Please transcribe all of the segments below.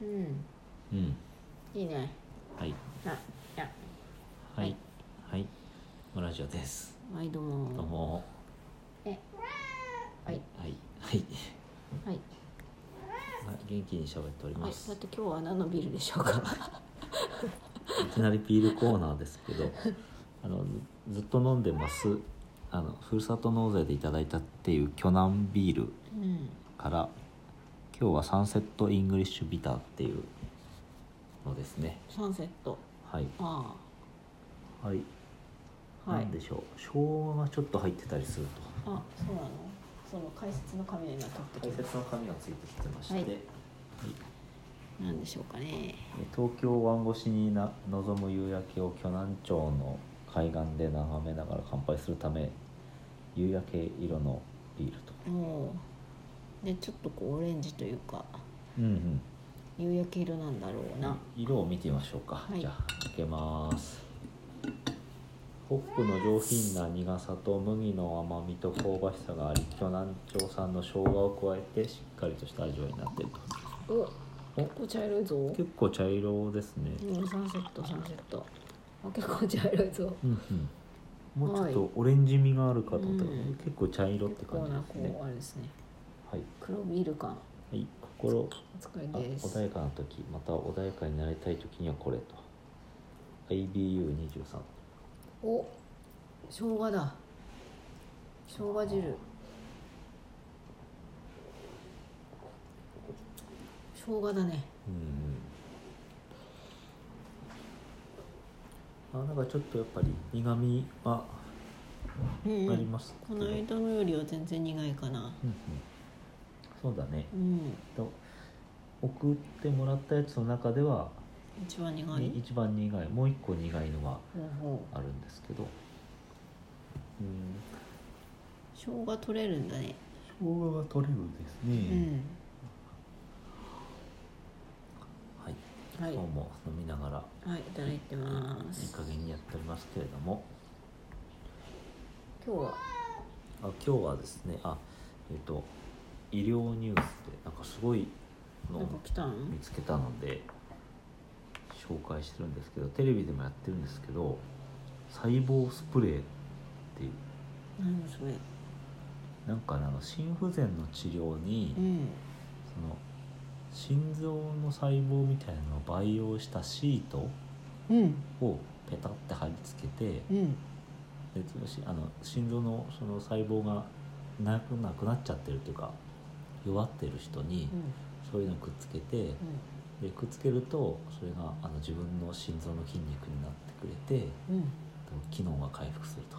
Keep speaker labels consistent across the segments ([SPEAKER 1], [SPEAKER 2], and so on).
[SPEAKER 1] うん
[SPEAKER 2] うん
[SPEAKER 1] いいね
[SPEAKER 2] はい
[SPEAKER 1] あいや
[SPEAKER 2] はいはいのラジオです
[SPEAKER 1] はいどうも
[SPEAKER 2] どうも
[SPEAKER 1] えはい
[SPEAKER 2] はいはい
[SPEAKER 1] はい
[SPEAKER 2] はい元気に喋っており
[SPEAKER 1] は
[SPEAKER 2] ま
[SPEAKER 1] い
[SPEAKER 2] す
[SPEAKER 1] だって今日は何のビールでしょうか
[SPEAKER 2] いきなりビールコーナーですけど あのずずっと飲んでますあのふるさと納税でいただいたっていう巨南ビール
[SPEAKER 1] うん
[SPEAKER 2] から今日はサンセットイングリッシュビターっていうのですね
[SPEAKER 1] サンセット
[SPEAKER 2] はい
[SPEAKER 1] あ
[SPEAKER 2] はい、
[SPEAKER 1] あはい
[SPEAKER 2] なんでしょう生姜がちょっと入ってたりすると
[SPEAKER 1] あそうなのその解説の紙になっとって
[SPEAKER 2] 解
[SPEAKER 1] き
[SPEAKER 2] 説の紙がついてきてまして、
[SPEAKER 1] はい
[SPEAKER 2] え
[SPEAKER 1] たなんでしょうかね
[SPEAKER 2] 東京湾越しにな望む夕焼けを鋸南町の海岸で眺めながら乾杯するため夕焼け色のビールと
[SPEAKER 1] もうでちょっとこうオレンジというか
[SPEAKER 2] うんうん
[SPEAKER 1] 夕焼け色なんだろうな
[SPEAKER 2] 色を見てみましょうか、
[SPEAKER 1] い
[SPEAKER 2] じゃあ開けますホップの上品な苦さと麦の甘みと香ばしさがあり鋸南町産の生姜を加えてしっかりとした味わいになっている
[SPEAKER 1] お
[SPEAKER 2] お
[SPEAKER 1] 結構茶色いぞ
[SPEAKER 2] と結構茶色ですね
[SPEAKER 1] うんサンセットサンセットあ結構茶色いぞ
[SPEAKER 2] うんうんもうちょっ
[SPEAKER 1] は
[SPEAKER 2] とオレンジ味があるかと思ったら、
[SPEAKER 1] うん
[SPEAKER 2] 結構茶色っ
[SPEAKER 1] 結
[SPEAKER 2] て感
[SPEAKER 1] 構
[SPEAKER 2] じ
[SPEAKER 1] な
[SPEAKER 2] です
[SPEAKER 1] こ
[SPEAKER 2] ね
[SPEAKER 1] うあれですね
[SPEAKER 2] はい、
[SPEAKER 1] 黒ビール感
[SPEAKER 2] はい、心
[SPEAKER 1] お疲れ
[SPEAKER 2] あ
[SPEAKER 1] です
[SPEAKER 2] 穏やかな時また穏やかになりたい時にはこれと IBU23
[SPEAKER 1] お生姜だ生姜汁生姜だね
[SPEAKER 2] うんうん、あなんかちょっとやっぱり苦みは
[SPEAKER 1] うん、
[SPEAKER 2] あります
[SPEAKER 1] こ
[SPEAKER 2] けど、
[SPEAKER 1] の
[SPEAKER 2] うん
[SPEAKER 1] 間のよりは全然苦いかな
[SPEAKER 2] うんそうだね、
[SPEAKER 1] うん
[SPEAKER 2] と送ってもらったやつの中では、
[SPEAKER 1] 一番苦
[SPEAKER 2] に
[SPEAKER 1] い
[SPEAKER 2] 一番苦いもう一個苦いのが
[SPEAKER 1] ほうほう
[SPEAKER 2] あるんですけどうん
[SPEAKER 1] 生姜取れるんだね
[SPEAKER 2] 生姜が取れるです
[SPEAKER 1] う
[SPEAKER 2] ね、
[SPEAKER 1] ん
[SPEAKER 2] はい
[SPEAKER 1] はい
[SPEAKER 2] 今日も飲みながら
[SPEAKER 1] はいいただいてま
[SPEAKER 2] いい
[SPEAKER 1] す
[SPEAKER 2] 加減にやっておりますけれども
[SPEAKER 1] 今日は
[SPEAKER 2] あ今日はですねあえっ、と医療ニュースでなんかすごいの
[SPEAKER 1] なんか
[SPEAKER 2] を
[SPEAKER 1] 来たん
[SPEAKER 2] 見つけたので紹介してるんですけどテレビでもやってるんですけど細胞スプレーっていう
[SPEAKER 1] 何それ
[SPEAKER 2] なんかねあの心不全の治療に、
[SPEAKER 1] うん
[SPEAKER 2] その心臓の細胞みたいなのを培養したシート
[SPEAKER 1] うん
[SPEAKER 2] をペタって貼り付けて
[SPEAKER 1] うん
[SPEAKER 2] でつまりあの心臓のその細胞がなくなくなっちゃってるというか弱ってる人に
[SPEAKER 1] うん
[SPEAKER 2] そういうのをくっつけて、でくっつけるとそれがあの自分の心臓の筋肉になってくれて
[SPEAKER 1] うんうん
[SPEAKER 2] 機能が回復すると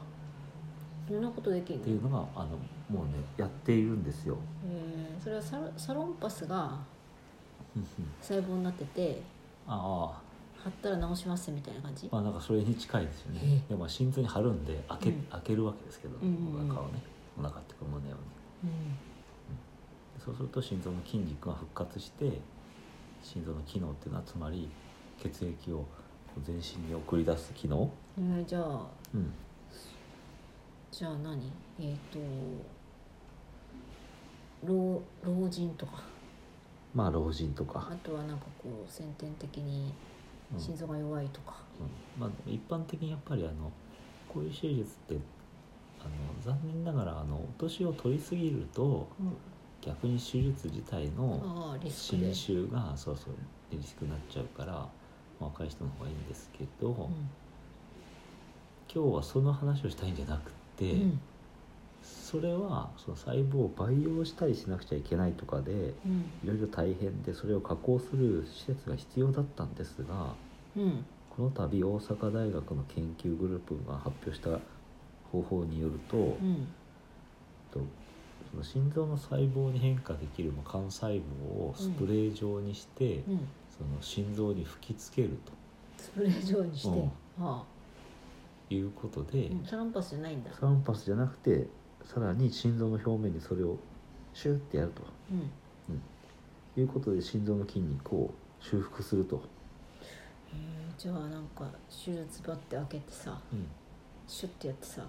[SPEAKER 1] そんなことできる
[SPEAKER 2] っていうのがあのもうねやっているんですよ。
[SPEAKER 1] えーそれはサロサロンパスが
[SPEAKER 2] うんうん
[SPEAKER 1] 細胞になってて
[SPEAKER 2] あ
[SPEAKER 1] 貼ったら治しますみたいな感じ
[SPEAKER 2] あまあなんかそれに近いですよね。
[SPEAKER 1] ええ
[SPEAKER 2] でもまあ心臓に貼るんで開け,、
[SPEAKER 1] うん
[SPEAKER 2] 開けるわけですけど、
[SPEAKER 1] うんうんうん
[SPEAKER 2] お腹をねお腹っていうか胸をね。
[SPEAKER 1] う
[SPEAKER 2] でそうすると心臓の筋肉が復活して心臓の機能っていうのはつまり血液を全身に送り出す機能、
[SPEAKER 1] ん、えーじゃあ
[SPEAKER 2] うん、
[SPEAKER 1] じゃあ何えっ、と老老人とか
[SPEAKER 2] まあ老人とか
[SPEAKER 1] あ、とはなんかこう先天的に
[SPEAKER 2] うん
[SPEAKER 1] 心臓が弱いとか、
[SPEAKER 2] うんまあ、一般的にやっぱりあのこういう手術ってあの残念ながらあのお年を取りすぎると逆に手術自体の
[SPEAKER 1] ああリスクで
[SPEAKER 2] 侵、襲がそうそうリスクになっちゃうから、まあ若い人の方がいいんですけど、
[SPEAKER 1] うん
[SPEAKER 2] 今日はその話をしたいんじゃなくて。
[SPEAKER 1] うん
[SPEAKER 2] それはその細胞を培養したりしなくちゃいけないとかで
[SPEAKER 1] うん
[SPEAKER 2] いろいろ大変でそれを加工する施設が必要だったんですが
[SPEAKER 1] うん
[SPEAKER 2] この度大阪大学の研究グループが発表した方法によると,、
[SPEAKER 1] うん
[SPEAKER 2] とその心臓の細胞に変化できるまあ幹細胞をスプレー状にして、
[SPEAKER 1] うん
[SPEAKER 2] その心臓に吹きつける
[SPEAKER 1] スプレー状にして、
[SPEAKER 2] うん
[SPEAKER 1] あ
[SPEAKER 2] ということで、
[SPEAKER 1] あうんサロンパスじゃないんだ
[SPEAKER 2] サロンパスじゃなくてさらに心臓の表面にそれをシューってやると。
[SPEAKER 1] うん
[SPEAKER 2] ということで心臓の筋肉を修復すると、
[SPEAKER 1] えーじゃあなんか手術場って開けてさ
[SPEAKER 2] うん
[SPEAKER 1] シュッてやってさ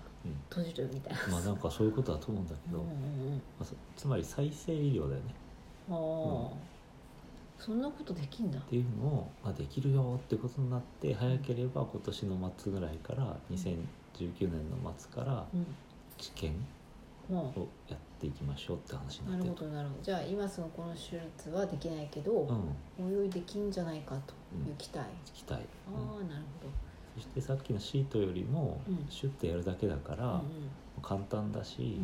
[SPEAKER 1] 閉じるみたいな
[SPEAKER 2] まあなんかそういうことだと思うんだ
[SPEAKER 1] う
[SPEAKER 2] け
[SPEAKER 1] ん
[SPEAKER 2] ど、
[SPEAKER 1] うん
[SPEAKER 2] まあそつまり再生医療だよね
[SPEAKER 1] うんあそんなことできんだ
[SPEAKER 2] っていうのを、まあ、できるよってことになって早ければ今年の末ぐらいから2019年の末から
[SPEAKER 1] うん
[SPEAKER 2] 治験
[SPEAKER 1] ま
[SPEAKER 2] をやっていきましょうって話
[SPEAKER 1] あな
[SPEAKER 2] になっ
[SPEAKER 1] る
[SPEAKER 2] て
[SPEAKER 1] ほどなるほどじゃあ今すぐこの手術はできないけど、
[SPEAKER 2] うん
[SPEAKER 1] 応用できんじゃないかという期待、
[SPEAKER 2] 期待、うん
[SPEAKER 1] ああなるほど
[SPEAKER 2] そしてさっきのシートよりも
[SPEAKER 1] うん
[SPEAKER 2] シュッてやるだけだから、簡単だ
[SPEAKER 1] う
[SPEAKER 2] し、
[SPEAKER 1] んうん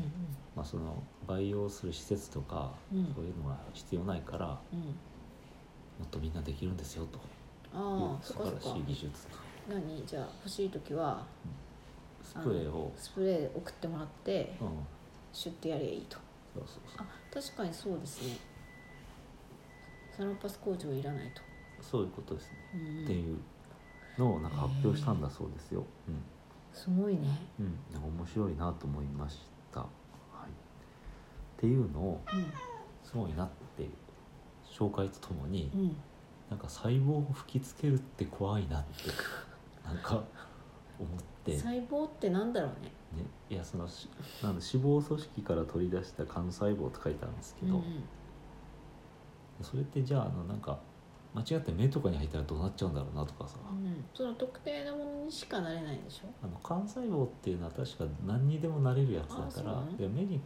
[SPEAKER 2] まあ、その培養する施設とか、
[SPEAKER 1] うん
[SPEAKER 2] そういうのが必要ないからも
[SPEAKER 1] うんうん
[SPEAKER 2] っとみんなできるんですよという
[SPEAKER 1] ああそ
[SPEAKER 2] 素
[SPEAKER 1] っかそ
[SPEAKER 2] 晴
[SPEAKER 1] っ
[SPEAKER 2] ら
[SPEAKER 1] か
[SPEAKER 2] しい技術
[SPEAKER 1] 何じゃあ欲しい時は
[SPEAKER 2] スプレーを、
[SPEAKER 1] スプレー送ってもらって
[SPEAKER 2] うん、
[SPEAKER 1] シュッてやりゃいいと
[SPEAKER 2] そうそうそ
[SPEAKER 1] あ
[SPEAKER 2] う
[SPEAKER 1] 確かにそうですねサロンパス工場いらないと、
[SPEAKER 2] そういうことですね、
[SPEAKER 1] うんう
[SPEAKER 2] って
[SPEAKER 1] ん、
[SPEAKER 2] いうのをなんか発表したんだそうですよ、
[SPEAKER 1] すごいね
[SPEAKER 2] うんうん、なんか面白いなと思いました、はい、っていうのをすごいなって紹介とともに、
[SPEAKER 1] うんうん
[SPEAKER 2] なんか細胞を吹きつけるって怖いなってなんか思って、ね、
[SPEAKER 1] 細胞ってなんだろうね
[SPEAKER 2] いやそのしなんだ脂肪組織から取り出した幹細胞って書いてあるんですけ
[SPEAKER 1] うんう
[SPEAKER 2] ど、
[SPEAKER 1] ん
[SPEAKER 2] それってじゃああのなんか間違って目とかに入ったらどうなっちゃうんだろうなとかさ、
[SPEAKER 1] うんその特定のものにしかなれないんでしょ
[SPEAKER 2] あの幹細胞っていうのは確か何にでもなれるや
[SPEAKER 1] あ
[SPEAKER 2] つ
[SPEAKER 1] そ
[SPEAKER 2] だ
[SPEAKER 1] う
[SPEAKER 2] か
[SPEAKER 1] な
[SPEAKER 2] ら
[SPEAKER 1] の
[SPEAKER 2] で目に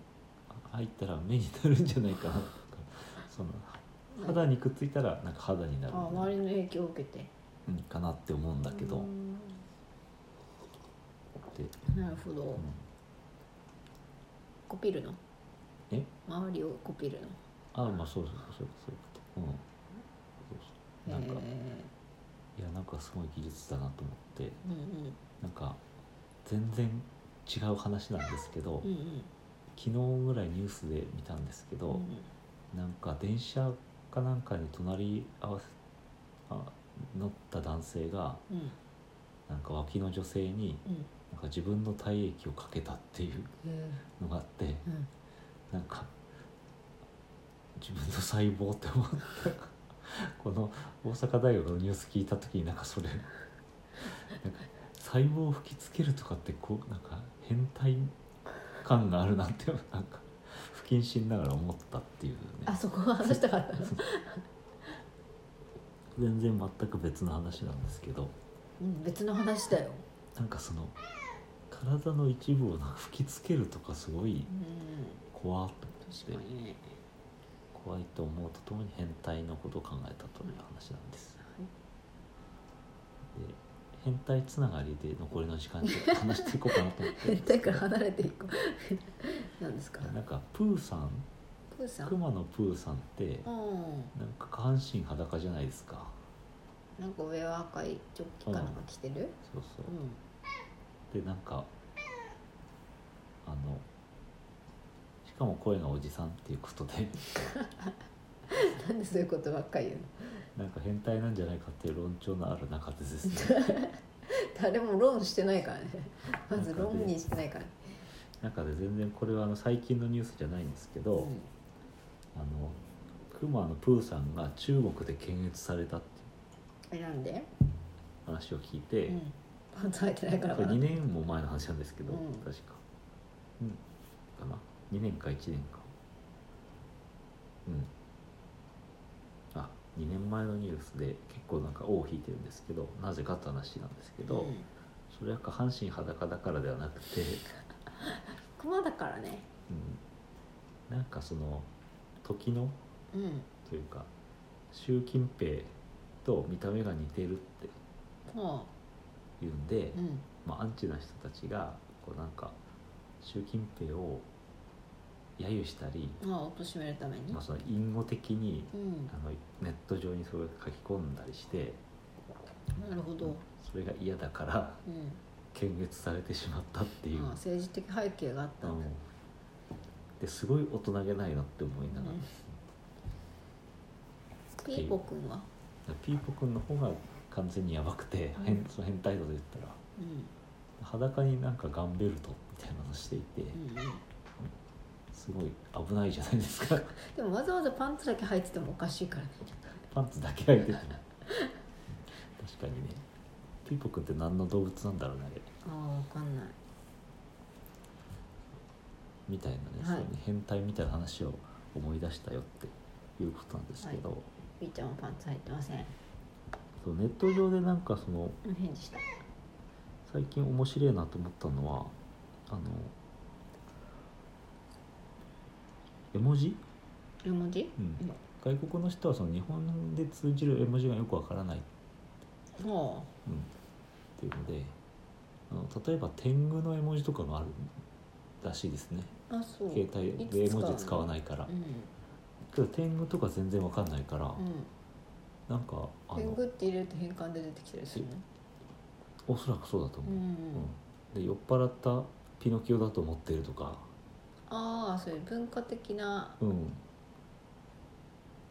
[SPEAKER 2] 入ったら目になるんじゃないかなとか その肌にくっついたらなんか肌にな
[SPEAKER 1] あ
[SPEAKER 2] る
[SPEAKER 1] あ周りの影響を受けて
[SPEAKER 2] うんかなって思うんだけど、
[SPEAKER 1] うん
[SPEAKER 2] で、
[SPEAKER 1] なるほど、
[SPEAKER 2] うん
[SPEAKER 1] コピるの
[SPEAKER 2] え
[SPEAKER 1] 周りをコピるの
[SPEAKER 2] あまあそうそうそうそうそういうことうんそうそうなんか、
[SPEAKER 1] え
[SPEAKER 2] いやなんかすごい技術だなと思って
[SPEAKER 1] ーうん
[SPEAKER 2] なんか全然違う話なんですけど、
[SPEAKER 1] うんうんうん
[SPEAKER 2] 昨日ぐらいニュースで見たんですけど、
[SPEAKER 1] うん
[SPEAKER 2] なんか電車かなんかに隣り合わせあ乗った男性が
[SPEAKER 1] うん
[SPEAKER 2] なんか脇の女性に
[SPEAKER 1] うん
[SPEAKER 2] なんか自分の体液をかけたっていう
[SPEAKER 1] うん
[SPEAKER 2] のがあって
[SPEAKER 1] うん
[SPEAKER 2] なんか自分の細胞って思った この大阪大学のニュース聞いた時になんかそれなんか細胞を吹きつけるとかってこうなんか変態感があるなってなんか不謹慎ながら思ったっていうね
[SPEAKER 1] あそこは話したかったの
[SPEAKER 2] 全然全く別の話なんですけど
[SPEAKER 1] うん別の話だよ
[SPEAKER 2] なんかその体の一部をなんか吹きつけるとかすごい
[SPEAKER 1] うん
[SPEAKER 2] 怖っと
[SPEAKER 1] 確かにね
[SPEAKER 2] 怖いと思うとともに変態のことを考えたという話なんです、で変態つながりで残りの時間で話していこうかなと思って
[SPEAKER 1] 変態から離れていく なんですか
[SPEAKER 2] なんかプーさん
[SPEAKER 1] プーさん
[SPEAKER 2] クマのプーさんって
[SPEAKER 1] うん
[SPEAKER 2] なんか下半身裸じゃないですか
[SPEAKER 1] なんか上は赤いジョッキかなんか着てる
[SPEAKER 2] そうそううんでなんかあのしかも声がおじさんっていうことで
[SPEAKER 1] なんでそういうことばっかり言うの
[SPEAKER 2] なんか変態なんじゃないかっていう論調のある中でです ね
[SPEAKER 1] 誰も論してないから ねまず論にしてないからね
[SPEAKER 2] 中で全然これはあの最近のニュースじゃないんですけど、
[SPEAKER 1] うん
[SPEAKER 2] あのクマのプーさんが中国で検閲されたってい
[SPEAKER 1] え
[SPEAKER 2] う
[SPEAKER 1] なんで
[SPEAKER 2] 話を聞いて、
[SPEAKER 1] うんパンツ履いてないから
[SPEAKER 2] こ
[SPEAKER 1] か
[SPEAKER 2] れ
[SPEAKER 1] な
[SPEAKER 2] 2年も前の話なんですけど、
[SPEAKER 1] うん
[SPEAKER 2] 確か、うん、かな2年か1年かうんあ2年前のニュースで結構なんか尾を引いてるんですけどなぜかって話なんですけど、
[SPEAKER 1] うん
[SPEAKER 2] それは下半身裸だからではなくて、
[SPEAKER 1] 熊だからね
[SPEAKER 2] うん、なんかその時の
[SPEAKER 1] うん
[SPEAKER 2] というか習近平と見た目が似てるって
[SPEAKER 1] も
[SPEAKER 2] いうんで、
[SPEAKER 1] ううん
[SPEAKER 2] まあ、アンチな人たちがこうなんか習近平を揶揄したり、
[SPEAKER 1] まあ貶めるために
[SPEAKER 2] まあ、その隠語的に
[SPEAKER 1] うん
[SPEAKER 2] あのネット上にそれを書き込んだりして
[SPEAKER 1] なるほど
[SPEAKER 2] それが嫌だから
[SPEAKER 1] うん
[SPEAKER 2] 検閲されてしまったっていう、
[SPEAKER 1] まあ政治的背景があった
[SPEAKER 2] うん
[SPEAKER 1] だ
[SPEAKER 2] んですごい大人げないなって思いながら、
[SPEAKER 1] うんピーポくんは
[SPEAKER 2] ピーポくんの方が完全にやばくて、
[SPEAKER 1] うん
[SPEAKER 2] 変その変態度で言ったら。
[SPEAKER 1] うん
[SPEAKER 2] 裸になんかガンベルトみたいなのしていて
[SPEAKER 1] うんうん
[SPEAKER 2] すごい危ないじゃないですか
[SPEAKER 1] でもわざわざパンツだけ履いててもおかしいからね
[SPEAKER 2] パンツだけ開いてても確かにねピーポくんって何の動物なんだろうねあれ
[SPEAKER 1] ああわかんない
[SPEAKER 2] みたいなね、
[SPEAKER 1] はい
[SPEAKER 2] そういう変態みたいな話を思い出したよっていうことなんですけど、
[SPEAKER 1] ピーちゃんはパンツ入ってません
[SPEAKER 2] そうネット上でなんかその
[SPEAKER 1] うん返事した
[SPEAKER 2] 最近面白いなと思ったのはあの絵文字、
[SPEAKER 1] 絵文字
[SPEAKER 2] うん
[SPEAKER 1] うん
[SPEAKER 2] 外国の人はその日本で通じる絵文字がよくわからない、
[SPEAKER 1] ほ
[SPEAKER 2] うん、っていうのであの例えば天狗の絵文字とかがあるらしいですね
[SPEAKER 1] うあそう
[SPEAKER 2] 携帯で絵文字使わないから
[SPEAKER 1] うん
[SPEAKER 2] けど天狗とか全然わかんないから、
[SPEAKER 1] うん
[SPEAKER 2] なんかあ
[SPEAKER 1] 天
[SPEAKER 2] の
[SPEAKER 1] 狗って入れると変換で出てきたりするの
[SPEAKER 2] おそらくそうだと
[SPEAKER 1] う
[SPEAKER 2] 思う、
[SPEAKER 1] ん
[SPEAKER 2] うんで酔っ払ったピノキオだと思ってるとか
[SPEAKER 1] ああそういう文化的な
[SPEAKER 2] うん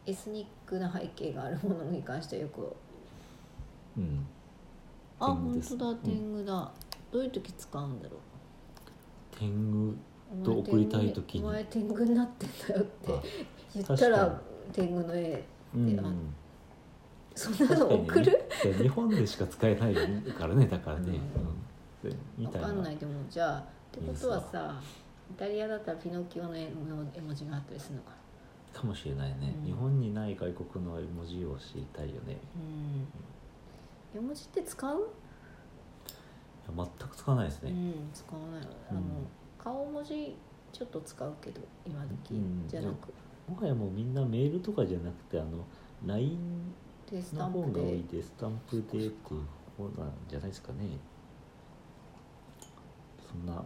[SPEAKER 1] エスニックな背景があるものに関してはよく
[SPEAKER 2] うん
[SPEAKER 1] あ
[SPEAKER 2] 天狗
[SPEAKER 1] 本
[SPEAKER 2] です
[SPEAKER 1] 当だ
[SPEAKER 2] うん
[SPEAKER 1] 天狗だ、どういう時使うんだろう
[SPEAKER 2] 天狗
[SPEAKER 1] お前
[SPEAKER 2] と送りたい時
[SPEAKER 1] 天
[SPEAKER 2] に
[SPEAKER 1] 狗お前天狗になってんだよって
[SPEAKER 2] あ
[SPEAKER 1] 言ったら天狗の絵
[SPEAKER 2] うん
[SPEAKER 1] であそんなの
[SPEAKER 2] 確か
[SPEAKER 1] 送
[SPEAKER 2] にね
[SPEAKER 1] る、
[SPEAKER 2] で日本でしか使えないからねだからね、うんでみ
[SPEAKER 1] わ
[SPEAKER 2] たいな
[SPEAKER 1] かんないでもじゃあってことは
[SPEAKER 2] ニュース
[SPEAKER 1] さイタリアだったらピノキオの絵の絵文字があったりするのかな
[SPEAKER 2] かもしれないね、
[SPEAKER 1] うん
[SPEAKER 2] 日本にない外国の絵文字を知りたいよね
[SPEAKER 1] うん絵文字って使う、
[SPEAKER 2] いや全く使わないです
[SPEAKER 1] う
[SPEAKER 2] ね、
[SPEAKER 1] ん使わないあの、
[SPEAKER 2] うん
[SPEAKER 1] 顔文字ちょっと使うけど今時、
[SPEAKER 2] うん
[SPEAKER 1] じゃなく
[SPEAKER 2] もはやもうみんなメールとかじゃなくてあの LINE
[SPEAKER 1] でスタ
[SPEAKER 2] の
[SPEAKER 1] ン
[SPEAKER 2] 方
[SPEAKER 1] プ
[SPEAKER 2] が多
[SPEAKER 1] で
[SPEAKER 2] いでスタンプでっていう方なんじゃないですかねそんな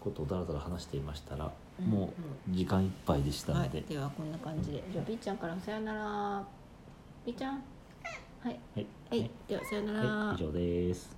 [SPEAKER 2] ことをだらだら話していましたら、
[SPEAKER 1] うん
[SPEAKER 2] もう時間いっぱいでした
[SPEAKER 1] は
[SPEAKER 2] の
[SPEAKER 1] い
[SPEAKER 2] で、、
[SPEAKER 1] ではこんな感じで、じゃあ B ちゃんからさよなら B ちゃんはい、
[SPEAKER 2] はい
[SPEAKER 1] はい、ではさよなら、
[SPEAKER 2] はい、以上です